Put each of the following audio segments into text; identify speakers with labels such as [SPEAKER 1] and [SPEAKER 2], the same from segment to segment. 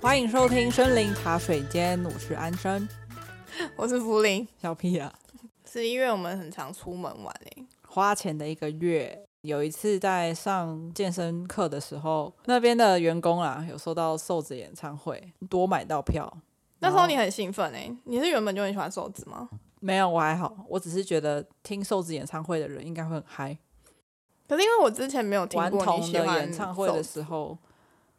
[SPEAKER 1] 欢迎收听《森林茶水间》，我是安生。
[SPEAKER 2] 我是福林，
[SPEAKER 1] 小屁啊，
[SPEAKER 2] 是因为我们很常出门玩欸诶、
[SPEAKER 1] 花钱的一个月。有一次在上健身课的时候，那边的员工啊，有收到瘦子演唱会，多买到票。
[SPEAKER 2] 那
[SPEAKER 1] 然
[SPEAKER 2] 时候
[SPEAKER 1] 后
[SPEAKER 2] 你很兴奋诶、欸你是原本就很喜欢瘦子吗？
[SPEAKER 1] 没有，我还好，我只是觉得听瘦子演唱会的人应该会很嗨。
[SPEAKER 2] 可是因为我之前没有听
[SPEAKER 1] 顽
[SPEAKER 2] 过你
[SPEAKER 1] 童
[SPEAKER 2] 喜
[SPEAKER 1] 的
[SPEAKER 2] 欢
[SPEAKER 1] 演唱会的
[SPEAKER 2] 瘦子
[SPEAKER 1] 时候，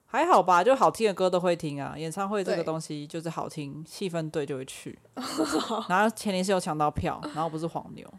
[SPEAKER 1] 还好吧，就好听的歌都会听啊。演唱会这个
[SPEAKER 2] 对
[SPEAKER 1] 东西就是好听，气氛对就会 去。然后前提是有抢到票，然后不是黄牛。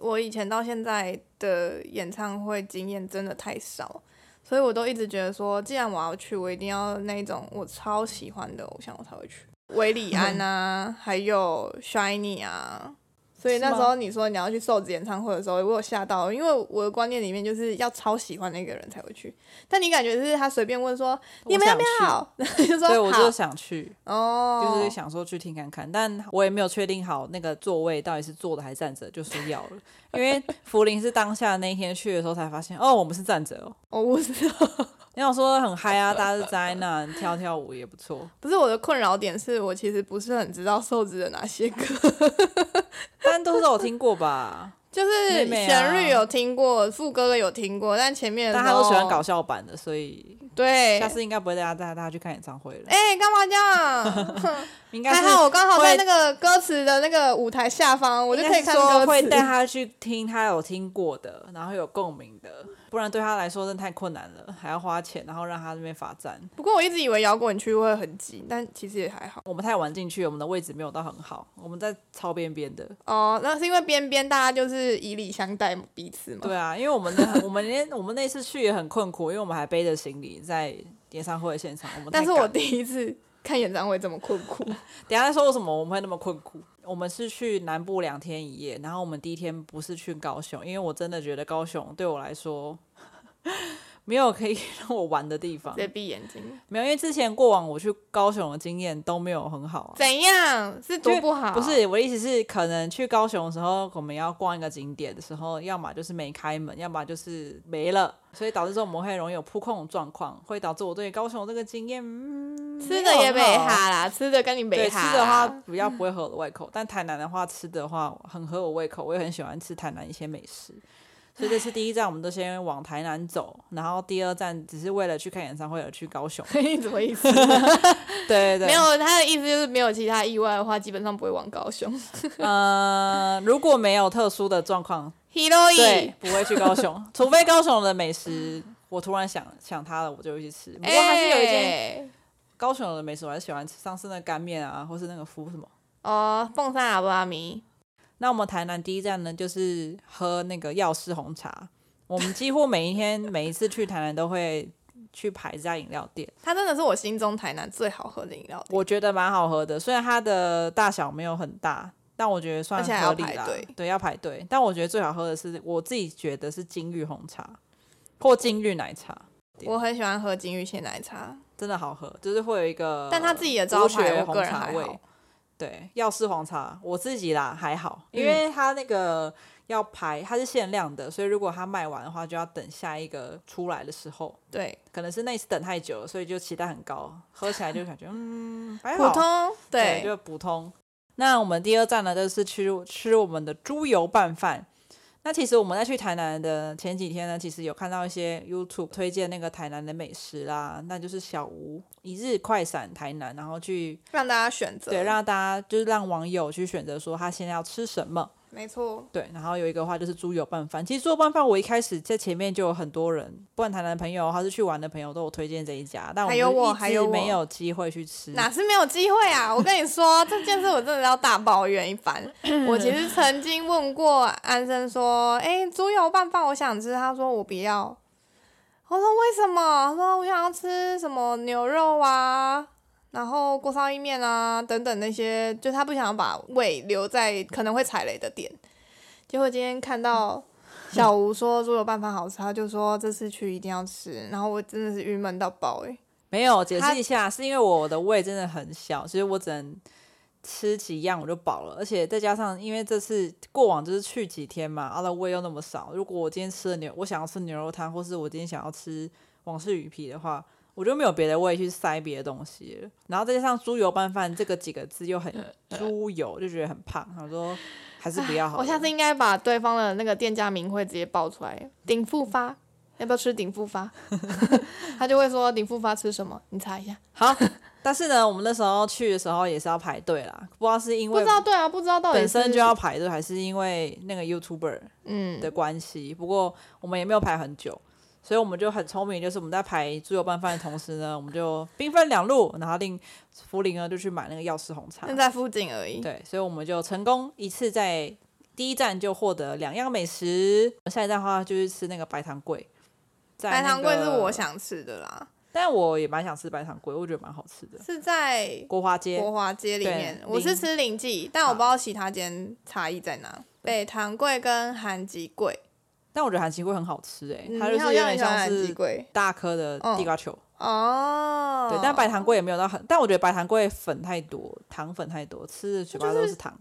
[SPEAKER 2] 我以前到现在的演唱会经验真的太少，所以我都一直觉得说，既然我要去，我一定要那一种我超喜欢的偶像，我才会去。韦礼 安啊，还有 Shiny 啊。所以那
[SPEAKER 1] 是
[SPEAKER 2] 时
[SPEAKER 1] 吗
[SPEAKER 2] 候你说你要去瘦子演唱会的时候，我有吓到，因为我的观念里面就是要超喜欢那个人才会去。但你感觉是他随便问说你们要不
[SPEAKER 1] 我想去？
[SPEAKER 2] 要，然后 就说
[SPEAKER 1] 对，我就
[SPEAKER 2] 好
[SPEAKER 1] 想去，
[SPEAKER 2] 哦，
[SPEAKER 1] 就是想说去听看看，但我也没有确定好那个座位到底是坐的还是站着，就说要了。因为福林是当下那一天去的时候才发现，哦，我们是站着哦。
[SPEAKER 2] 我不知道，
[SPEAKER 1] 你想说很嗨啊，大家是在那跳跳舞也不错，
[SPEAKER 2] 不是我的困扰点是我其实不是很知道瘦子的哪些歌。
[SPEAKER 1] 但都是我听过吧。
[SPEAKER 2] 就是
[SPEAKER 1] 妹妹啊
[SPEAKER 2] 旋律有听过，副歌有听过，但前面的
[SPEAKER 1] 但
[SPEAKER 2] 时
[SPEAKER 1] 他
[SPEAKER 2] 候
[SPEAKER 1] 都喜欢搞笑版的，所以
[SPEAKER 2] 对。
[SPEAKER 1] 下次应该不会带大家带大家去看演唱会了。
[SPEAKER 2] 哎，干嘛这样？
[SPEAKER 1] 应该
[SPEAKER 2] 还
[SPEAKER 1] 是
[SPEAKER 2] 好我刚好在
[SPEAKER 1] 会
[SPEAKER 2] 那个歌词的那个舞台下方，我就可以
[SPEAKER 1] 应该
[SPEAKER 2] 看
[SPEAKER 1] 是说
[SPEAKER 2] 歌
[SPEAKER 1] 会
[SPEAKER 2] 词。
[SPEAKER 1] 带他去听他有听过的，然后有共鸣的，不然对他来说真的太困难了，还要花钱，然后让他那边罚站。
[SPEAKER 2] 不过我一直以为摇滚区会很挤，但其实也还好。
[SPEAKER 1] 我们太晚进去，我们的位置没有到很好，我们在超边边的。
[SPEAKER 2] 哦，那是因为边边大家就是以礼相待彼此嘛。
[SPEAKER 1] 对啊，因为我们的我们连我们那 次去也很困苦，因为我们还背着行李在演唱会的现场。我们太
[SPEAKER 2] 但是
[SPEAKER 1] 赶
[SPEAKER 2] 我
[SPEAKER 1] 了
[SPEAKER 2] 第一次看演唱会这么 困苦。
[SPEAKER 1] 等一下再说为什么我们会那么困苦。我们是去南部两天一夜，然后我们第一天不是去高雄，因为我真的觉得高雄对我来说 没有可以让我玩的地方
[SPEAKER 2] 直，接闭眼睛，
[SPEAKER 1] 没有，因为之前过往我去高雄的经验都没有很好、啊。
[SPEAKER 2] 怎样？是多不好？
[SPEAKER 1] 不，是我的意思是，可能去高雄的时候，我们要逛一个景点的时候，要么就是没开门，要么就是没了，所以导致说我们会容易有扑空的状况，会导致我对高雄这个经验，嗯，
[SPEAKER 2] 吃的也
[SPEAKER 1] 没有很
[SPEAKER 2] 没
[SPEAKER 1] 好啊
[SPEAKER 2] 哈啦，吃的跟你没
[SPEAKER 1] 对，吃
[SPEAKER 2] 哈啦。
[SPEAKER 1] 的话比较不会合我的胃口，但台南的话吃的话很合我胃口，我也很喜欢吃台南一些美食。所以这次第一站我们都先往台南走，然后第二站只是为了去看演唱会而去高雄。
[SPEAKER 2] 你怎么意思？
[SPEAKER 1] 对对对，
[SPEAKER 2] 没。有，他的意思就是没有其他意外的话，基本上不会往高雄。
[SPEAKER 1] 呃，如果没有特殊的状况， 对
[SPEAKER 2] Hiroi，，
[SPEAKER 1] 不会去高雄，除非高雄的美食我突然想想它了，我就会去吃。不过还是有一间
[SPEAKER 2] 哎
[SPEAKER 1] 高雄的美食我还是喜欢吃，上次那个干面啊，或是那个麸什么。
[SPEAKER 2] 哦，蹦山阿布阿米，
[SPEAKER 1] 那我们台南第一站呢，就是喝那个药师红茶。我们几乎每一天、每一次去台南都会去排这家饮料店，
[SPEAKER 2] 它真的是我心中台南最好喝的饮料店。
[SPEAKER 1] 我觉得蛮好喝的。虽然它的大小没有很大，但我觉得算
[SPEAKER 2] 而且还
[SPEAKER 1] 合
[SPEAKER 2] 要
[SPEAKER 1] 理
[SPEAKER 2] 排
[SPEAKER 1] 啦
[SPEAKER 2] 队。
[SPEAKER 1] 对，要排队。但我觉得最好喝的是，我自己觉得是金玉红茶或金玉奶茶，
[SPEAKER 2] 我很喜欢喝金玉鲜奶茶，
[SPEAKER 1] 真的好喝，就是会有一个
[SPEAKER 2] 但它自己的招
[SPEAKER 1] 骨血
[SPEAKER 2] 牌，我个
[SPEAKER 1] 红
[SPEAKER 2] 人
[SPEAKER 1] 茶
[SPEAKER 2] 还
[SPEAKER 1] 味
[SPEAKER 2] 好。。
[SPEAKER 1] 对，药师黄茶我自己啦还好，
[SPEAKER 2] 嗯
[SPEAKER 1] 因为它那个要排，它是限量的，所以如果它卖完的话，就要等下一个出来的时候。
[SPEAKER 2] 对，
[SPEAKER 1] 可能是那一次等太久了，所以就期待很高，喝起来就感觉嗯还
[SPEAKER 2] 普
[SPEAKER 1] 好，
[SPEAKER 2] 通，
[SPEAKER 1] 对，
[SPEAKER 2] 对，
[SPEAKER 1] 就普通。那我们第二站呢，就是去吃我们的猪油拌饭。那其实我们在去台南的前几天呢，其实有看到一些 YouTube 推荐那个台南的美食啦，那就是小吴一日快闪台南，然后去
[SPEAKER 2] 让大家选择。
[SPEAKER 1] 对，让大家就是让网友去选择说他现在要吃什么。
[SPEAKER 2] 没错，
[SPEAKER 1] 对，然后有一个话就是猪油拌饭。其实猪油拌饭，我一开始在前面就有很多人，不管台南的朋友还是去玩的朋友，都有推荐这一家，但我
[SPEAKER 2] 还有我
[SPEAKER 1] 们
[SPEAKER 2] 还
[SPEAKER 1] 就一
[SPEAKER 2] 有
[SPEAKER 1] 直
[SPEAKER 2] 我
[SPEAKER 1] 没有机会去吃。
[SPEAKER 2] 哪是没有机会啊！我跟你说，这件事我真的要大抱怨一番。我其实曾经问过安生说：“哎、猪油拌饭我想吃。”他说：“我不要。”我说：“为什么？”他说：“我想要吃什么牛肉啊，然后锅烧意面啊等等那些，就他不想把胃留在可能会踩雷的点。”结果今天看到小吴说猪油拌饭好吃，他就说这次去一定要吃。然后我真的是郁闷到爆哎、
[SPEAKER 1] 没有解
[SPEAKER 2] 它
[SPEAKER 1] 释一下，是因为我的胃真的很小，所以我只能吃几样我就饱了，而且再加上因为这次过往就是去几天嘛，啊，那胃又那么少。如果我今天吃了牛，我想要吃牛肉汤，或是我今天想要吃王氏鱼皮的话，我就没有别的胃去塞别的东西了。然后再加上猪油拌饭这个几个字又
[SPEAKER 2] 呃
[SPEAKER 1] 很猪油，就觉得很胖，想说还是不要好了。
[SPEAKER 2] 我下次应该把对方的那个店家名会直接报出来，鼎富发。要不要吃鼎富发？ 他就会说鼎富发吃什么？你查一下。
[SPEAKER 1] 好，但是呢，我们那时候去的时候也是要排队啦，不知道是因
[SPEAKER 2] 不
[SPEAKER 1] 为
[SPEAKER 2] 知道对啊，不知道到底
[SPEAKER 1] 本身
[SPEAKER 2] 是
[SPEAKER 1] 就要排队，还是因为那个 YouTuber
[SPEAKER 2] 嗯
[SPEAKER 1] 的关系。不过我们也没有排很久，所以我们就很聪明，就是我们在排猪油拌饭的同时呢，我们就兵分两路，然后令福林呢就去买那个药师红茶
[SPEAKER 2] 那。在附近而已。
[SPEAKER 1] 对，所以我们就成功一次在第一站就获得两样美食。下一站的话就是吃那个白糖桂，在
[SPEAKER 2] 白
[SPEAKER 1] 那
[SPEAKER 2] 糖桂是
[SPEAKER 1] 个
[SPEAKER 2] 我，想吃的啦，
[SPEAKER 1] 但我也蛮想吃白糖桂，我觉得蛮好吃的。
[SPEAKER 2] 是在
[SPEAKER 1] 国华街
[SPEAKER 2] 国华街里
[SPEAKER 1] 对
[SPEAKER 2] 面，
[SPEAKER 1] 林
[SPEAKER 2] 我是吃林记，但我不知道其他间差异在哪。北糖桂跟韩吉桂，
[SPEAKER 1] 但我觉得韩奇桂很好吃诶、
[SPEAKER 2] 嗯
[SPEAKER 1] 它
[SPEAKER 2] 你
[SPEAKER 1] 就是
[SPEAKER 2] 好
[SPEAKER 1] 有点
[SPEAKER 2] 像很喜欢
[SPEAKER 1] 像
[SPEAKER 2] 韩嗯吉
[SPEAKER 1] 是
[SPEAKER 2] 桂
[SPEAKER 1] 大颗的地瓜球，
[SPEAKER 2] 哦。
[SPEAKER 1] 对，但白糖桂也没有到很，但我觉得白糖桂粉太多，糖粉太多，吃的嘴巴都是糖。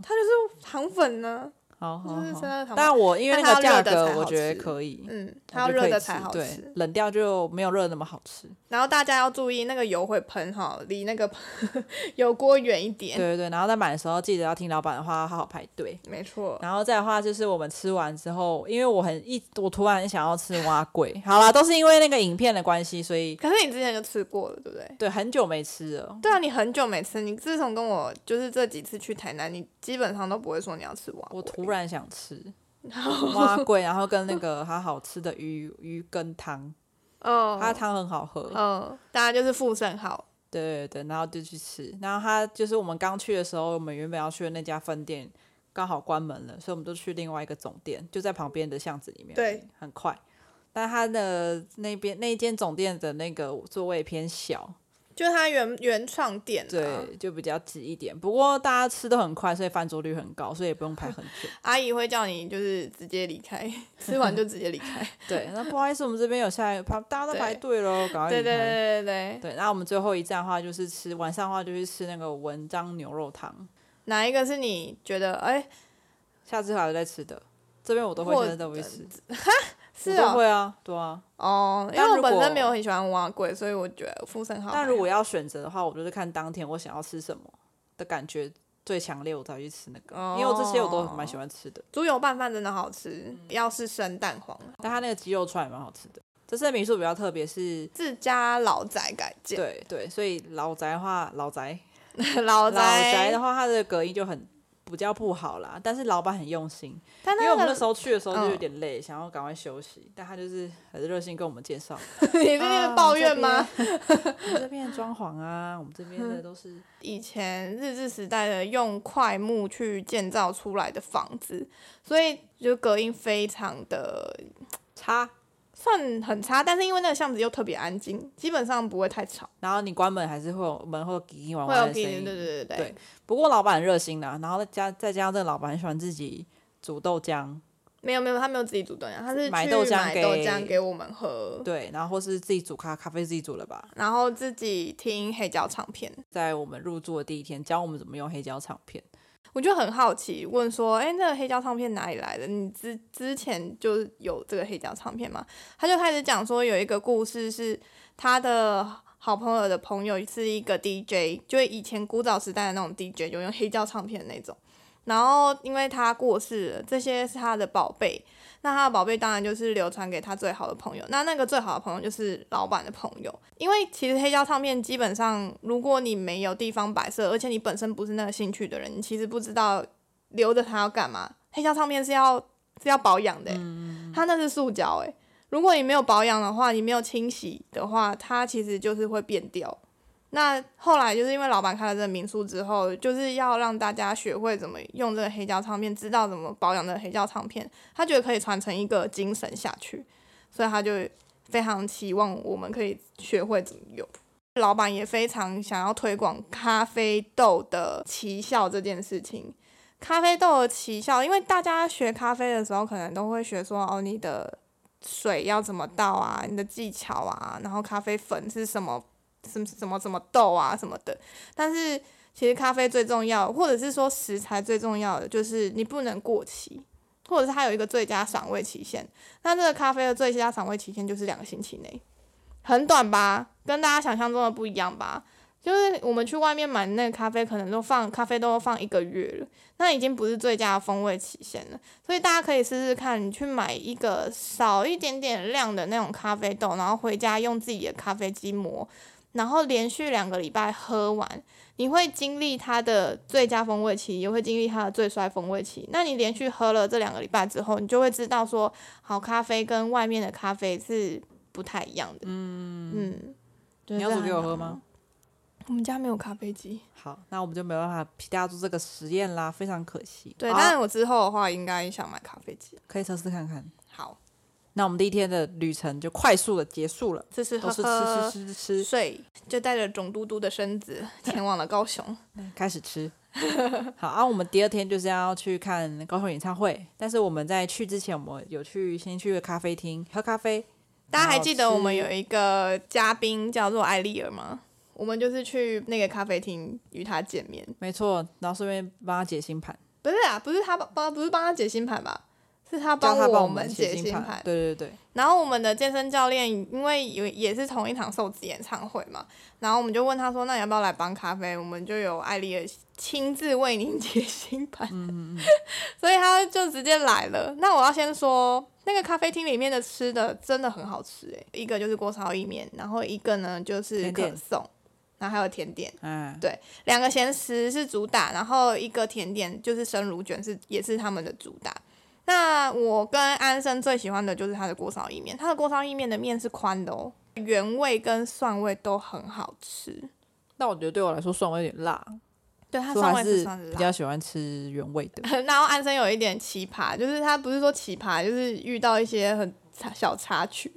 [SPEAKER 2] 糖粉呢？
[SPEAKER 1] 好好
[SPEAKER 2] 就是
[SPEAKER 1] 好
[SPEAKER 2] 真的糖粉
[SPEAKER 1] 但我因为
[SPEAKER 2] 但
[SPEAKER 1] 那个
[SPEAKER 2] 它要
[SPEAKER 1] 价
[SPEAKER 2] 热的才
[SPEAKER 1] 格，
[SPEAKER 2] 好
[SPEAKER 1] 我觉
[SPEAKER 2] 吃
[SPEAKER 1] 得可以，
[SPEAKER 2] 嗯，
[SPEAKER 1] 我
[SPEAKER 2] 它要
[SPEAKER 1] 觉得可
[SPEAKER 2] 热
[SPEAKER 1] 以
[SPEAKER 2] 的
[SPEAKER 1] 吃
[SPEAKER 2] 才好
[SPEAKER 1] 对
[SPEAKER 2] 吃。
[SPEAKER 1] 冷掉就没有热的那么好吃。
[SPEAKER 2] 然后大家要注意，那个油会喷哈，离那个 油锅远一点。
[SPEAKER 1] 对对对，然后在买的时候记得要听老板的话，好好排队。
[SPEAKER 2] 没错，
[SPEAKER 1] 然后再的话就是我们吃完之后，因为我很一，我突然想要吃蛙桂，好啦，都是因为那个影片的关系，所以
[SPEAKER 2] 可是你之前就吃过了，对不对？
[SPEAKER 1] 对很久没吃了。
[SPEAKER 2] 对啊，你很久没吃，你自从跟我就是这几次去台南，你基本上都不会说你要吃蛙。
[SPEAKER 1] 我突然想吃 蛙桂，然后跟那个它好吃的鱼鱼羹汤，
[SPEAKER 2] 嗯
[SPEAKER 1] 它的汤很好喝。
[SPEAKER 2] 嗯，大家就是附身好，
[SPEAKER 1] 对对对，然后就去吃。然后它就是我们刚去的时候，我们原本要去的那家分店刚好关门了，所以我们就去另外一个总店，就在旁边的巷子里面。
[SPEAKER 2] 对，
[SPEAKER 1] 很快。但它的那边那一间总店的那个座位偏小，
[SPEAKER 2] 就是它原原创店、啊。
[SPEAKER 1] 对，，就比较挤一点。不过大家吃都很快，所以翻桌率很高，所以也不用排很久。
[SPEAKER 2] 阿姨会叫你就是直接离开， 吃完就直接 离开。
[SPEAKER 1] 对，那不好意思，我们这边有下一排，大家都排队喽，赶快
[SPEAKER 2] 对
[SPEAKER 1] 离
[SPEAKER 2] 对
[SPEAKER 1] 开。
[SPEAKER 2] 对对对，
[SPEAKER 1] 对，那我们最后一站的话就是吃晚上的话就是吃那个文章牛肉汤。
[SPEAKER 2] 哪一个是你觉得哎、
[SPEAKER 1] 下次还有在吃的，这边我都会
[SPEAKER 2] 或
[SPEAKER 1] 现在都会吃，
[SPEAKER 2] 是
[SPEAKER 1] 我都
[SPEAKER 2] 哦
[SPEAKER 1] 会啊，对啊。
[SPEAKER 2] 哦，因
[SPEAKER 1] 但
[SPEAKER 2] 为我
[SPEAKER 1] 如
[SPEAKER 2] 本
[SPEAKER 1] 果
[SPEAKER 2] 身没有很喜欢蛙桂，所以我觉得附身好。
[SPEAKER 1] 但如果要选择的话，我就是看当天我想要吃什么的感觉最强烈，我才去吃那个，
[SPEAKER 2] 哦
[SPEAKER 1] 因为我这些我都蛮喜欢吃的。
[SPEAKER 2] 猪油拌饭真的好吃，
[SPEAKER 1] 嗯
[SPEAKER 2] 要是生蛋黄，啊
[SPEAKER 1] 但它那个鸡肉串也蛮好吃的。这次的民宿比较特别是，
[SPEAKER 2] 自家老宅改建，
[SPEAKER 1] 对对，所以老宅的话，老宅
[SPEAKER 2] 老
[SPEAKER 1] 老宅
[SPEAKER 2] 宅
[SPEAKER 1] 的，话，它的隔音就很比较不好啦。但是老板很用心，
[SPEAKER 2] 但
[SPEAKER 1] 因为
[SPEAKER 2] 那
[SPEAKER 1] 我们
[SPEAKER 2] 个
[SPEAKER 1] 那时候去的时候就有
[SPEAKER 2] 嗯
[SPEAKER 1] 点累，想要赶快休息，但他就是很热心跟我们介绍，
[SPEAKER 2] 你那
[SPEAKER 1] 啊
[SPEAKER 2] 个抱怨吗？？
[SPEAKER 1] 我们这边 我们这边的装潢啊，我们这边的都是
[SPEAKER 2] 以前日治时代的用块木去建造出来的房子，所以就隔音非常的
[SPEAKER 1] 差。
[SPEAKER 2] 算很差，但是因为那个巷子又特别安静，基本上不会太吵，
[SPEAKER 1] 然后你关门还是会有门会有叽叽玩
[SPEAKER 2] 会
[SPEAKER 1] 玩
[SPEAKER 2] 有
[SPEAKER 1] 的哦声音。
[SPEAKER 2] 对对对对
[SPEAKER 1] 对不过老板很热心啊啦，然后再加再加上这个老板很喜欢自己煮豆浆，
[SPEAKER 2] 没有没有，他没有自己煮豆浆，他是去
[SPEAKER 1] 买
[SPEAKER 2] 买
[SPEAKER 1] 豆浆给
[SPEAKER 2] 豆浆给我们喝，
[SPEAKER 1] 对，然后或是自己煮咖咖啡自己煮了吧。
[SPEAKER 2] 然后自己听黑胶唱片。
[SPEAKER 1] 在我们入住的第一天，教我们怎么用黑胶唱片。
[SPEAKER 2] 我就很好奇，问说：“哎、那个黑胶唱片哪里来的？你之之前就有这个黑胶唱片吗？”他就开始讲说，有一个故事是他的好朋友的朋友是一个 DJ，就是以前古早时代的那种 DJ，有用黑胶唱片的那种。然后因为他过世了，这些是他的宝贝，那他的宝贝当然就是流传给他最好的朋友。那那个最好的朋友就是老板的朋友，因为其实黑胶唱片基本上，如果你没有地方摆设，而且你本身不是那个兴趣的人，你其实不知道留着它要干嘛。黑胶唱片是要是要保养的、欸，它那是塑胶哎、如果你没有保养的话，你没有清洗的话，它其实就是会变掉。那后来就是因为老板开了这个民宿之后，就是要让大家学会怎么用这个黑胶唱片，知道怎么保养这个黑胶唱片。他觉得可以传承一个精神下去，所以他就非常期望我们可以学会怎么用。老板也非常想要推广咖啡豆的奇效这件事情。咖啡豆的奇效，因为大家学咖啡的时候，可能都会学说哦，你的水要怎么倒啊，你的技巧啊，然后咖啡粉是什么，什么什么什么豆啊什么的。但是其实咖啡最重要，或者是说食材最重要的，就是你不能过期，或者是它有一个最佳赏味期限。那这个咖啡的最佳赏味期限就是两个星期内，很短吧，跟大家想象中的不一样吧。就是我们去外面买那个咖啡，可能都放咖啡都放一个月了，那已经不是最佳的风味期限了。所以大家可以试试看，你去买一个少一点点量的那种咖啡豆，然后回家用自己的咖啡机磨，然后连续两个礼拜喝完，你会经历它的最佳风味期，也会经历它的最衰风味期。那你连续喝了这两个礼拜之后，你就会知道说，好咖啡跟外面的咖啡是不太一样的。嗯嗯，啊
[SPEAKER 1] 你要
[SPEAKER 2] 就是
[SPEAKER 1] 煮给我喝
[SPEAKER 2] 很好
[SPEAKER 1] 吗？
[SPEAKER 2] 我们家没有咖啡机。
[SPEAKER 1] 好，那我们就没办法替大家做这个实验啦，非常可惜。
[SPEAKER 2] 对，
[SPEAKER 1] 好
[SPEAKER 2] 但是我之后的话应该想买咖啡机。
[SPEAKER 1] 可以测试看看。
[SPEAKER 2] 好，
[SPEAKER 1] 那我们第一天的旅程就快速的结束了，
[SPEAKER 2] 吃吃
[SPEAKER 1] 都
[SPEAKER 2] 喝
[SPEAKER 1] 是吃吃
[SPEAKER 2] 喝
[SPEAKER 1] 吃吃吃，
[SPEAKER 2] 睡，就带着肿嘟嘟的身子 前往了高雄。
[SPEAKER 1] 开始吃。好，啊，我们第二天就是要去看高雄演唱会，但是我们在去之前，我们有去先去个咖啡厅喝咖啡，
[SPEAKER 2] 大家还
[SPEAKER 1] 然后
[SPEAKER 2] 记得我们
[SPEAKER 1] 吃
[SPEAKER 2] 有一个嘉宾叫做艾丽儿吗？我们就是去那个咖啡厅与她见面，
[SPEAKER 1] 没错，然后顺便帮他解星盘，
[SPEAKER 2] 不是啊，不是她帮，不是帮她解星盘吧？是
[SPEAKER 1] 叫
[SPEAKER 2] 她帮
[SPEAKER 1] 他帮
[SPEAKER 2] 我
[SPEAKER 1] 们
[SPEAKER 2] 们解
[SPEAKER 1] 星
[SPEAKER 2] 星
[SPEAKER 1] 盘
[SPEAKER 2] 盘。。
[SPEAKER 1] 对对对，
[SPEAKER 2] 然后我们的健身教练因为有也是同一场瘦子演唱会嘛，然后我们就问他说：“那你要不要来帮咖啡？”我们就有艾丽儿亲自为您解心盘，
[SPEAKER 1] 嗯
[SPEAKER 2] 所以他就直接来了。那我要先说，那个咖啡厅里面的吃的真的很好吃诶、一个就是锅烧意面，然后一个呢就是
[SPEAKER 1] 甜
[SPEAKER 2] 可
[SPEAKER 1] 点
[SPEAKER 2] 颂，然后还有甜点。
[SPEAKER 1] 嗯，
[SPEAKER 2] 两个咸食是主打，然后一个甜点就是生乳卷是也是他们的主打。那我跟安生最喜欢的就是它的锅烧意面，它的锅烧意面的面是宽的哦，原味跟蒜味都很好吃。
[SPEAKER 1] 但我觉得对我来说蒜味有点辣，
[SPEAKER 2] 对，它
[SPEAKER 1] 所以
[SPEAKER 2] 蒜
[SPEAKER 1] 我还
[SPEAKER 2] 味是
[SPEAKER 1] 是
[SPEAKER 2] 蒜是
[SPEAKER 1] 比
[SPEAKER 2] 辣。
[SPEAKER 1] 较喜欢吃原味的。
[SPEAKER 2] 然后安生有一点奇葩，就是他不是说奇葩，就是遇到一些很插小插曲。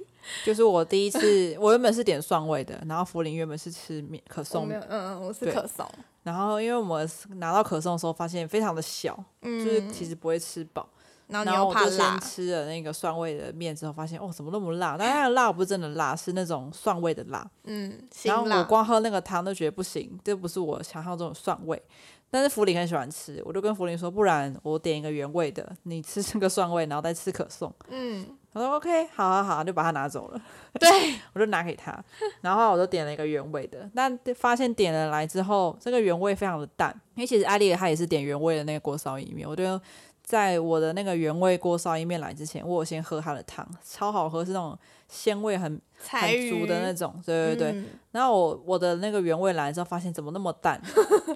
[SPEAKER 1] 就是我第一次，我原本是点蒜味的，然后福林原本是吃面可
[SPEAKER 2] 我
[SPEAKER 1] 颂
[SPEAKER 2] 没，有，嗯嗯，我是
[SPEAKER 1] 对
[SPEAKER 2] 可颂，
[SPEAKER 1] 然后因为我们拿到可颂的时候，发现非常的小，
[SPEAKER 2] 嗯，
[SPEAKER 1] 就是其实不会吃饱。
[SPEAKER 2] 然后你
[SPEAKER 1] 然后
[SPEAKER 2] 又
[SPEAKER 1] 我
[SPEAKER 2] 怕
[SPEAKER 1] 就
[SPEAKER 2] 辣
[SPEAKER 1] 先，吃了那个蒜味的面之后，发现哦，怎么那么辣？但它的辣不是真的辣，是那种蒜味的辣。
[SPEAKER 2] 嗯，辛
[SPEAKER 1] 然后我
[SPEAKER 2] 辣，
[SPEAKER 1] 光喝那个汤都觉得不行，这不是我想象中的蒜味。但是福林很喜欢吃，我就跟福林说，不然我点一个原味的，你吃这个蒜味，然后再吃可颂。
[SPEAKER 2] 嗯，
[SPEAKER 1] 他说 OK，好啊好好，就把它拿走了。
[SPEAKER 2] 对，
[SPEAKER 1] 我就拿给他，然后我就点了一个原味的，但发现点了来之后，这个原味非常的淡，因为其实艾丽她也是点原味的那个锅烧意面，我就在我的那个原味锅烧意面来之前，我有先喝它的汤，超好喝，是那种鲜味很很
[SPEAKER 2] 柴鱼
[SPEAKER 1] 足的那种，对对对。
[SPEAKER 2] 嗯
[SPEAKER 1] 然后我我的那个原味来之后，发现怎么那么 淡，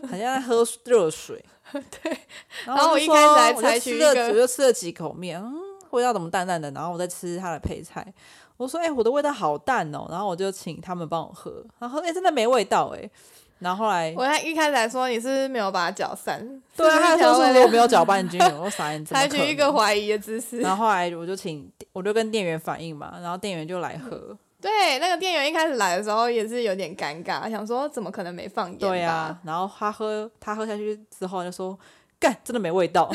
[SPEAKER 1] 很像在喝热水。对，然
[SPEAKER 2] 然后
[SPEAKER 1] 我
[SPEAKER 2] 我
[SPEAKER 1] 就
[SPEAKER 2] 一
[SPEAKER 1] 说
[SPEAKER 2] 开始还
[SPEAKER 1] 我就
[SPEAKER 2] 采
[SPEAKER 1] 吃
[SPEAKER 2] 取一
[SPEAKER 1] 了
[SPEAKER 2] 个
[SPEAKER 1] 我就吃了几口面，嗯，味道怎么淡淡的？然后我再吃它的配菜，我说：“哎、我的味道好淡哦。”然后我就请他们帮我喝，然后哎、真的没味道哎、然后后来
[SPEAKER 2] 我还一开始还说你是不是没有把它搅散，
[SPEAKER 1] 对啊，他
[SPEAKER 2] 还
[SPEAKER 1] 还说是我没有搅拌 均匀，我说傻眼，怎么
[SPEAKER 2] 采
[SPEAKER 1] 可
[SPEAKER 2] 取一个
[SPEAKER 1] 能
[SPEAKER 2] 怀疑的姿势。
[SPEAKER 1] 然后后来我就请我就跟店员反映嘛，然后店员就来
[SPEAKER 2] 嗯
[SPEAKER 1] 喝，
[SPEAKER 2] 对，那个店员一开始来的时候也是有点尴尬，想说怎么可能没放盐？
[SPEAKER 1] 对啊，，然后他喝他喝下去之后就说。干，真的没味道。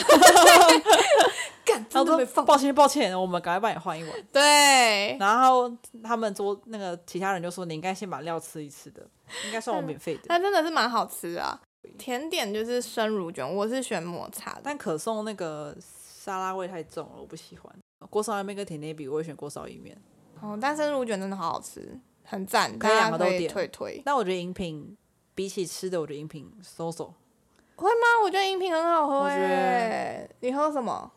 [SPEAKER 2] 干，
[SPEAKER 1] 他
[SPEAKER 2] 真的
[SPEAKER 1] 说
[SPEAKER 2] 没放。哎
[SPEAKER 1] 抱歉抱歉，我们赶快帮你换一碗。
[SPEAKER 2] 对，
[SPEAKER 1] 然后他们桌那个其他人就说：“你应该先把料吃一吃的，应该算我免费的。
[SPEAKER 2] 它真的是蛮好吃的啊。甜点就是生乳卷，我是选抹茶的。
[SPEAKER 1] 但可颂那个沙拉味太重了，我不喜欢。锅烧意面跟甜点比，我会选锅烧意面。
[SPEAKER 2] 哦，但生乳卷真的好好吃，很赞，
[SPEAKER 1] 可
[SPEAKER 2] 大
[SPEAKER 1] 以两
[SPEAKER 2] 家
[SPEAKER 1] 个都
[SPEAKER 2] 可以
[SPEAKER 1] 点
[SPEAKER 2] 推推。
[SPEAKER 1] 但我觉得饮品比起吃的，我觉得饮品 so so。
[SPEAKER 2] 那我觉得饮品很好喝
[SPEAKER 1] 我觉得
[SPEAKER 2] 诶，你喝什么？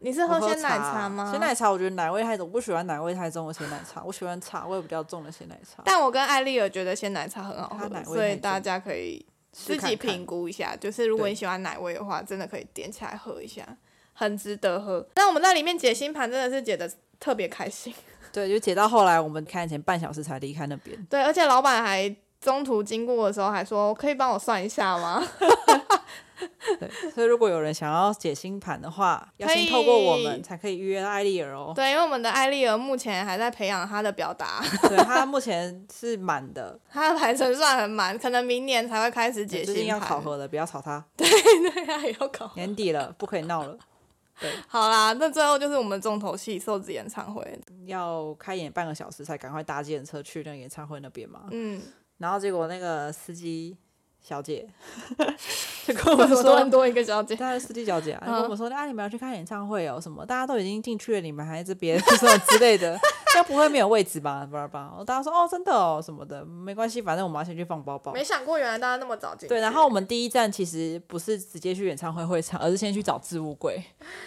[SPEAKER 2] 你是
[SPEAKER 1] 我
[SPEAKER 2] 喝
[SPEAKER 1] 喝
[SPEAKER 2] 鲜奶
[SPEAKER 1] 茶
[SPEAKER 2] 茶吗？
[SPEAKER 1] 鲜奶茶我觉得奶味太重，我不喜欢奶味太重的鲜奶茶，我喜欢茶味比较重的鲜奶茶。
[SPEAKER 2] 但我跟艾丽儿觉得鲜奶茶很好
[SPEAKER 1] 它奶
[SPEAKER 2] 喝，
[SPEAKER 1] 味
[SPEAKER 2] 所
[SPEAKER 1] 很
[SPEAKER 2] 以
[SPEAKER 1] 重
[SPEAKER 2] 大家可以自
[SPEAKER 1] 试看
[SPEAKER 2] 己
[SPEAKER 1] 看
[SPEAKER 2] 评估一下。就是如果
[SPEAKER 1] 对
[SPEAKER 2] 你喜欢奶味的话，真的可以点起来喝一下，很值得喝。那我们在里面解星盘真的是解的特别 开心，
[SPEAKER 1] 对，就解到后来我们开前半小时才离开那边。
[SPEAKER 2] 对，而且老板还中途经过的时候还说：“可以帮我算一下吗
[SPEAKER 1] 对， 所以如果有人想要解星盘的话，要
[SPEAKER 2] 可
[SPEAKER 1] 先
[SPEAKER 2] 以
[SPEAKER 1] 透过我们才可以预约艾丽儿哦？” 。
[SPEAKER 2] 对，因为我们的艾丽儿目前还在培养她的表达，
[SPEAKER 1] 对，她目前是满的，
[SPEAKER 2] 她的排程算很满，可能明年才会开始解
[SPEAKER 1] 最
[SPEAKER 2] 星
[SPEAKER 1] 近
[SPEAKER 2] 盘。
[SPEAKER 1] 要考，核了，不要吵她。
[SPEAKER 2] 对啊，要考核。
[SPEAKER 1] 年底了，不可以闹了，
[SPEAKER 2] 好啦，那最后就是我们重头戏瘦子演唱会。
[SPEAKER 1] 要开演半个小时才赶快搭计程车去那个演唱会那边嘛。
[SPEAKER 2] 嗯，
[SPEAKER 1] 然后结果那个司机小 姐就跟 我
[SPEAKER 2] 为
[SPEAKER 1] 们
[SPEAKER 2] 什么多
[SPEAKER 1] 说
[SPEAKER 2] 人。多一个小姐？
[SPEAKER 1] 她的司机小姐啊，就跟
[SPEAKER 2] 嗯
[SPEAKER 1] 我们说，啊，你们要去看演唱会哦，什么大家都已经进去了，你们还在这边什么之类的，这样不会没有位置吧？巴拉巴拉，大家说哦，真的哦什么的，没关系，反正我们要先去放包包。
[SPEAKER 2] 没想过原来大家那么早进去。
[SPEAKER 1] 对，然后我们第一站其实不是直接去演唱会会场， 而是先去找置物柜，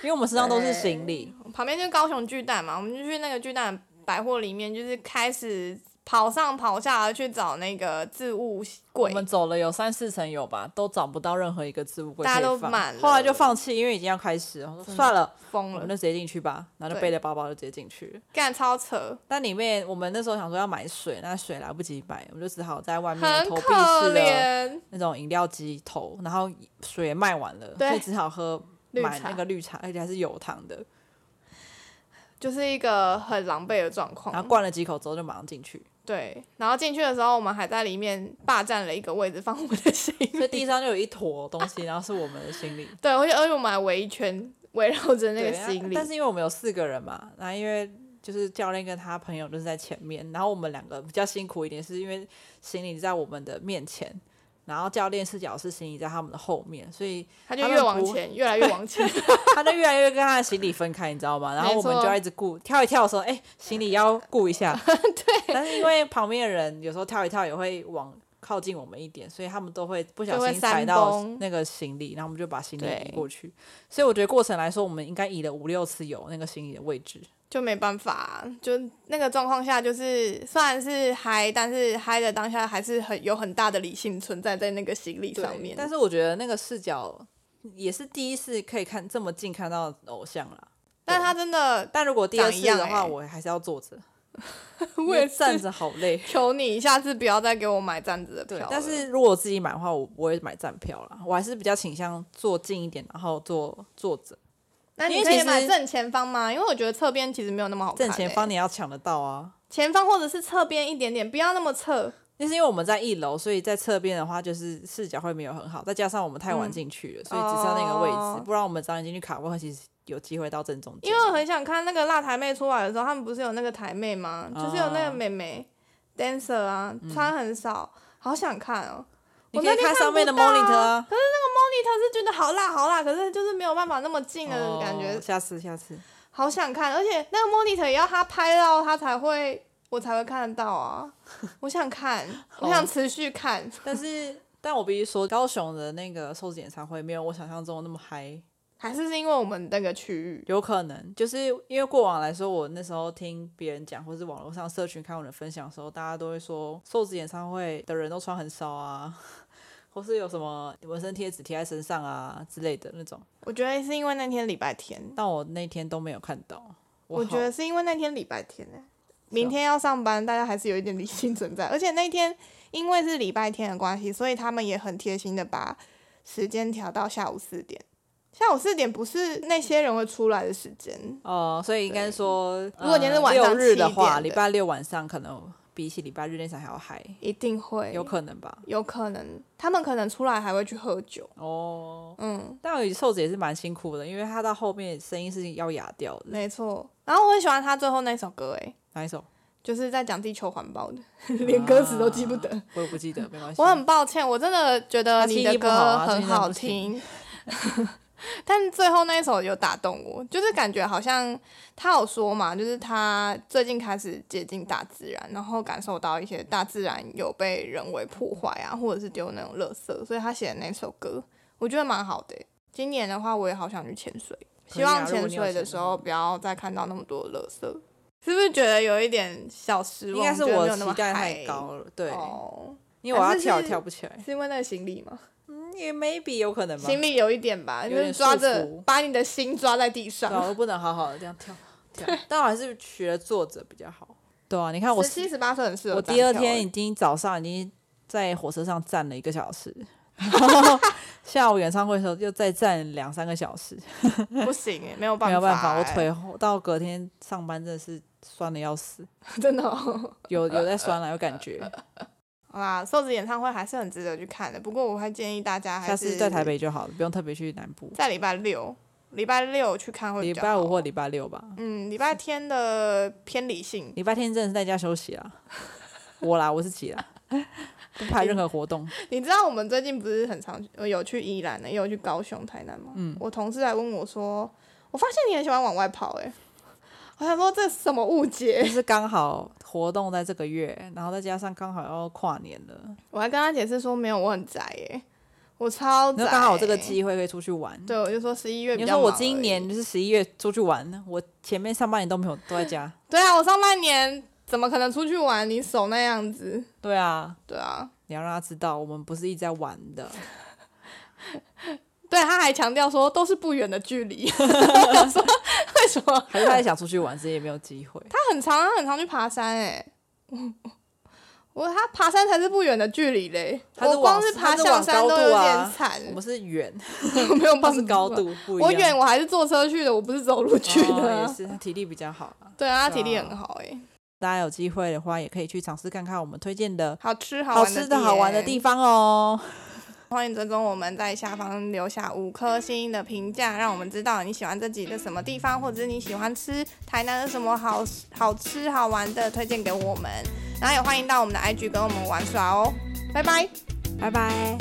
[SPEAKER 1] 因为我们身上都是行李。
[SPEAKER 2] 旁边就是高雄巨蛋嘛，我们就去那个巨蛋百货里面，就是开始跑上跑下去找那个置物
[SPEAKER 1] 我
[SPEAKER 2] 柜。
[SPEAKER 1] 们走了有三四层有吧，都找不到任何一个置物柜可以放，
[SPEAKER 2] 大家都满了
[SPEAKER 1] 后来就放弃，因为已经要开始了，我说算了，
[SPEAKER 2] 疯
[SPEAKER 1] 我们
[SPEAKER 2] 了，
[SPEAKER 1] 就直接进去吧，然后就
[SPEAKER 2] 对
[SPEAKER 1] 背着包包就直接进去了。
[SPEAKER 2] 干超扯，
[SPEAKER 1] 但里面我们那时候想说要买水，那水来不及买，我们就只好在外面的啊
[SPEAKER 2] 很
[SPEAKER 1] 投币式
[SPEAKER 2] 可
[SPEAKER 1] 的
[SPEAKER 2] 怜。
[SPEAKER 1] 那种饮料机投，然后水也卖完了，
[SPEAKER 2] 对
[SPEAKER 1] 所以只好喝
[SPEAKER 2] 绿
[SPEAKER 1] 买
[SPEAKER 2] 茶
[SPEAKER 1] 那个绿茶，而且还是有糖的。
[SPEAKER 2] 哦就是一个很狼狈的状况。
[SPEAKER 1] 然后灌了几口之后就马上进去，
[SPEAKER 2] 对，然后进去的时候，我们还在里面霸占了一个位置放我们的
[SPEAKER 1] 所
[SPEAKER 2] 行
[SPEAKER 1] 以
[SPEAKER 2] 李。
[SPEAKER 1] 地上就有一坨东西，然后是我们的行李。
[SPEAKER 2] 对，而且而且我们还围一圈围绕着 那个
[SPEAKER 1] 对啊
[SPEAKER 2] 行李。
[SPEAKER 1] 但是因为我们有四个人嘛，然后因为就是教练跟他朋友就是在前面，然后我们两个比较辛苦一点，是因为行李在我们的面前，然后教练视角是行李在他们的后面，所以
[SPEAKER 2] 他就
[SPEAKER 1] 他
[SPEAKER 2] 越
[SPEAKER 1] 们
[SPEAKER 2] 往
[SPEAKER 1] 不
[SPEAKER 2] 前，越来越往前。
[SPEAKER 1] 他就越来越跟他的行李分开，你知道吗？然后我们
[SPEAKER 2] 没错
[SPEAKER 1] 就要一直顾跳一跳的时候，哎、行李要顾一 下。对。但是因为旁边的人有时候跳一跳也会往靠近我们一点，所以他们都会不小
[SPEAKER 2] 就会
[SPEAKER 1] 心踩
[SPEAKER 2] 闪
[SPEAKER 1] 到
[SPEAKER 2] 崩
[SPEAKER 1] 那个行李，然后我们就把行李
[SPEAKER 2] 对
[SPEAKER 1] 移过去。所以我觉得过程来说，我们应该移了五六次有那个行李的位置。
[SPEAKER 2] 就没办法、啊就那个状况下，就是虽然是嗨，但是嗨的当下还是很有很大的理性存在在那个行李上面。
[SPEAKER 1] 但
[SPEAKER 2] 是
[SPEAKER 1] 是我觉得那个视角也是第一次可以看这么近看到偶像啦。
[SPEAKER 2] 但他真的，
[SPEAKER 1] 但如果第二
[SPEAKER 2] 长一
[SPEAKER 1] 次
[SPEAKER 2] 样
[SPEAKER 1] 的话，
[SPEAKER 2] 欸
[SPEAKER 1] 我还是要坐 着，因
[SPEAKER 2] 我
[SPEAKER 1] 为
[SPEAKER 2] 也
[SPEAKER 1] 站
[SPEAKER 2] 是
[SPEAKER 1] 着好累。
[SPEAKER 2] 求你下次不要再给我买这样子的票
[SPEAKER 1] 对
[SPEAKER 2] 了，
[SPEAKER 1] 但是如果我自己买的话，我不会买站票啦，我还是比较倾向坐近一点，然后坐坐着。
[SPEAKER 2] 那
[SPEAKER 1] 因
[SPEAKER 2] 你
[SPEAKER 1] 为
[SPEAKER 2] 可
[SPEAKER 1] 其
[SPEAKER 2] 以
[SPEAKER 1] 实
[SPEAKER 2] 买正前方吗？因为我觉得侧边其实没有那么好看、欸
[SPEAKER 1] 正前方，你要抢得到啊！
[SPEAKER 2] 前方或者是侧边一点点，不要那么侧。
[SPEAKER 1] 那是因为我们在一楼，所以在侧边的话就是视角会没有很好，再加上我们太晚进去了，所以只剩那个位置，
[SPEAKER 2] 嗯哦
[SPEAKER 1] 不然我们早点进去卡位，其实有机会到正中间。
[SPEAKER 2] 因为我很想看那个辣台妹出来的时候，他们不是有那个台妹吗？就是有那
[SPEAKER 1] 啊嗯
[SPEAKER 2] 个妹妹、dancer 啊，穿很少，好想看哦。
[SPEAKER 1] 你
[SPEAKER 2] 我
[SPEAKER 1] 可
[SPEAKER 2] 那
[SPEAKER 1] 以
[SPEAKER 2] 天
[SPEAKER 1] 看
[SPEAKER 2] 看
[SPEAKER 1] 上面的
[SPEAKER 2] 不到
[SPEAKER 1] monitor 啊，
[SPEAKER 2] 他是觉得好辣好辣，可是就是没有办法那么近的感觉，
[SPEAKER 1] 哦下次下次，
[SPEAKER 2] 好想看，而且那个 monitor 也要他拍到他才会，我才会看得到 啊！我想看，我想持续看，
[SPEAKER 1] 但是。但我必须说，高雄的那个瘦子演唱会没有我想象中的那么嗨，
[SPEAKER 2] 还是是因为我们那个区域，
[SPEAKER 1] 有可能，就是因为过往来说，我那时候听别人讲，或是网络上社群看我的分享的时候，大家都会说，瘦子演唱会的人都穿很少啊， 或是有什么纹身贴纸贴在身上啊之类的那种。
[SPEAKER 2] 我觉得是因为那天礼拜天，
[SPEAKER 1] 但我那天都没有看到。
[SPEAKER 2] 我
[SPEAKER 1] 好
[SPEAKER 2] 觉得是因为那天礼拜天哎、明天要上班，大家还是有一点理性存在，而且那天因为是礼拜天的关系，所以他们也很贴心的把时间调到下午四点。下午四点不是那些人会出来的时间，
[SPEAKER 1] 哦、所以应该说，呃
[SPEAKER 2] 如果今天是晚上
[SPEAKER 1] 六日的
[SPEAKER 2] 7
[SPEAKER 1] 话，
[SPEAKER 2] 点
[SPEAKER 1] 礼拜六晚上可能比起礼拜日那场还要嗨，
[SPEAKER 2] 一定会
[SPEAKER 1] 有可能吧？
[SPEAKER 2] 有可能，他们可能出来还会去喝酒。
[SPEAKER 1] 哦、
[SPEAKER 2] 嗯，
[SPEAKER 1] 但我觉得瘦子也是蛮辛苦的，因为他到后面声音是要哑掉的。
[SPEAKER 2] 没错。然后我很喜欢他最后那首歌，哎，
[SPEAKER 1] 哪一首？
[SPEAKER 2] 就是在讲地球环保的， 连歌词都记不得。
[SPEAKER 1] 啊我也不记得，没关系。
[SPEAKER 2] 我很抱歉，我真的觉得你的歌很好
[SPEAKER 1] 他记忆
[SPEAKER 2] 听， 但最后那一首有打动我，就是感觉好像他有说嘛，就是他最近开始接近大自然，然后感受到一些大自然有被人为破坏啊，或者是丢那种垃圾，所以他写的那首歌，我觉得蛮好的欸、今年的话，我也好想去潜水，
[SPEAKER 1] 可以
[SPEAKER 2] 希
[SPEAKER 1] 啊
[SPEAKER 2] 望
[SPEAKER 1] 如果
[SPEAKER 2] 潜
[SPEAKER 1] 你有
[SPEAKER 2] 水的
[SPEAKER 1] 钱
[SPEAKER 2] 时候不要再看到那么多垃圾。是不是觉得有一点小失望？
[SPEAKER 1] 应该是
[SPEAKER 2] 觉得
[SPEAKER 1] 我
[SPEAKER 2] 没有那么
[SPEAKER 1] 期待太
[SPEAKER 2] 嗨
[SPEAKER 1] 高了，对，
[SPEAKER 2] 哦，
[SPEAKER 1] 因为我要
[SPEAKER 2] 还是
[SPEAKER 1] 跳也
[SPEAKER 2] 是
[SPEAKER 1] 跳不起来，
[SPEAKER 2] 是因为那个行李吗？
[SPEAKER 1] 因为 maybe 有可能吧，
[SPEAKER 2] 行李有一点吧，
[SPEAKER 1] 有
[SPEAKER 2] 就
[SPEAKER 1] 点
[SPEAKER 2] 是抓着
[SPEAKER 1] 束缚
[SPEAKER 2] 把你的心抓在地
[SPEAKER 1] 对啊，
[SPEAKER 2] 上。
[SPEAKER 1] 我不能好好的这样跳跳， 但我还是学坐着比较好。对啊，你看我
[SPEAKER 2] 十七十八岁很适合
[SPEAKER 1] 我
[SPEAKER 2] 单
[SPEAKER 1] 第二
[SPEAKER 2] 挑
[SPEAKER 1] 天
[SPEAKER 2] 欸
[SPEAKER 1] 已经早上已经在火车上站了一个小时，然 后下午演唱会的时候又再站两三个小时，
[SPEAKER 2] 不行 欸，没有办
[SPEAKER 1] 没
[SPEAKER 2] 法，
[SPEAKER 1] 有办法，我腿后到隔天上班真的是酸的要死，
[SPEAKER 2] 真的哦。
[SPEAKER 1] 有有在酸了，有感 觉，
[SPEAKER 2] 好啦，瘦子演唱会还是很值得去看的，不过我会建议大家还
[SPEAKER 1] 下
[SPEAKER 2] 是
[SPEAKER 1] 次在台，北就好了，不用特别去南部，
[SPEAKER 2] 在礼拜六，礼拜六去看会比
[SPEAKER 1] 礼
[SPEAKER 2] 较
[SPEAKER 1] 拜五
[SPEAKER 2] 好
[SPEAKER 1] 或礼拜六吧。
[SPEAKER 2] 嗯，礼拜天的偏理性，
[SPEAKER 1] 礼拜天真的是在家休息啦， 我啦，我自己啦，不排任何活 动。
[SPEAKER 2] 你知道我们最近不是很常呃有去宜兰的，也有去
[SPEAKER 1] 嗯
[SPEAKER 2] 高雄、台南吗？我同事还问我说，我发现你很喜欢往外跑、欸，哎，我想说这是什么误解
[SPEAKER 1] 就？是刚好活动在这个月，然后再加上刚好要跨年了，
[SPEAKER 2] 我还跟他解释说没有，我很宅耶、我超宅、
[SPEAKER 1] 然后刚好有这个，机会可以出去玩。
[SPEAKER 2] 对，我就说十一月比
[SPEAKER 1] 你
[SPEAKER 2] 较
[SPEAKER 1] 说我
[SPEAKER 2] 忙而
[SPEAKER 1] 今
[SPEAKER 2] 已
[SPEAKER 1] 年就是十一月出去玩，我前面上半年都没有都在家。
[SPEAKER 2] 对啊，我上半年怎么可能出去玩？你手那样子，
[SPEAKER 1] 对啊，
[SPEAKER 2] 对啊，
[SPEAKER 1] 你要让他知道我们不是一直在玩的，
[SPEAKER 2] 对，他还强调说都是不远的距离， 我想说为什么？
[SPEAKER 1] 还是他也想出去玩，只是也没有机会。
[SPEAKER 2] 他很常，他很常去爬山哎、我他爬山才是不远的距离嘞，
[SPEAKER 1] 他是
[SPEAKER 2] 我光
[SPEAKER 1] 往
[SPEAKER 2] 爬
[SPEAKER 1] 他是
[SPEAKER 2] 象
[SPEAKER 1] 往
[SPEAKER 2] 山
[SPEAKER 1] 高
[SPEAKER 2] 都
[SPEAKER 1] 度
[SPEAKER 2] 有点
[SPEAKER 1] 啊
[SPEAKER 2] 惨，
[SPEAKER 1] 我们是远，
[SPEAKER 2] 我没有
[SPEAKER 1] 他
[SPEAKER 2] 办
[SPEAKER 1] 是
[SPEAKER 2] 法。
[SPEAKER 1] 高度不一样。
[SPEAKER 2] 嗯我远我还是坐车去的，我不是走路去的
[SPEAKER 1] 哦
[SPEAKER 2] 啊、
[SPEAKER 1] 也是，他体力比较好啊。
[SPEAKER 2] 对啊，他体
[SPEAKER 1] 对啊
[SPEAKER 2] 力很好哎、
[SPEAKER 1] 大家有机会的话，也可以去尝试看看我们推荐的
[SPEAKER 2] 好吃好
[SPEAKER 1] 好
[SPEAKER 2] 玩
[SPEAKER 1] 吃的好
[SPEAKER 2] 好
[SPEAKER 1] 玩的地方哦。
[SPEAKER 2] 欢迎追踪我们在下方留下五颗星的评价，让我们知道你喜欢这集的什么地方，或者是你喜欢吃台南有什么好好吃好玩的，推荐给我们。然后也欢迎到我们的 IG 跟我们玩耍哦，拜拜。
[SPEAKER 1] 拜拜。